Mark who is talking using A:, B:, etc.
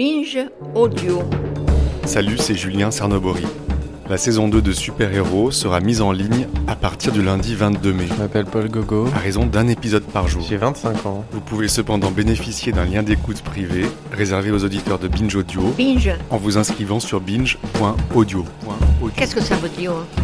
A: Binge Audio.
B: Salut, c'est Julien Cernobori. La saison 2 de Super Héros sera mise en ligne à partir du lundi 22 mai,
C: Je m'appelle Paul Gogo,
B: à raison d'un épisode par jour.
C: j'ai 25 ans.
B: Vous pouvez cependant bénéficier d'un lien d'écoute privé réservé aux auditeurs de Binge Audio
A: Binge,
B: en vous inscrivant sur binge.audio.
A: qu'est-ce que ça veut dire hein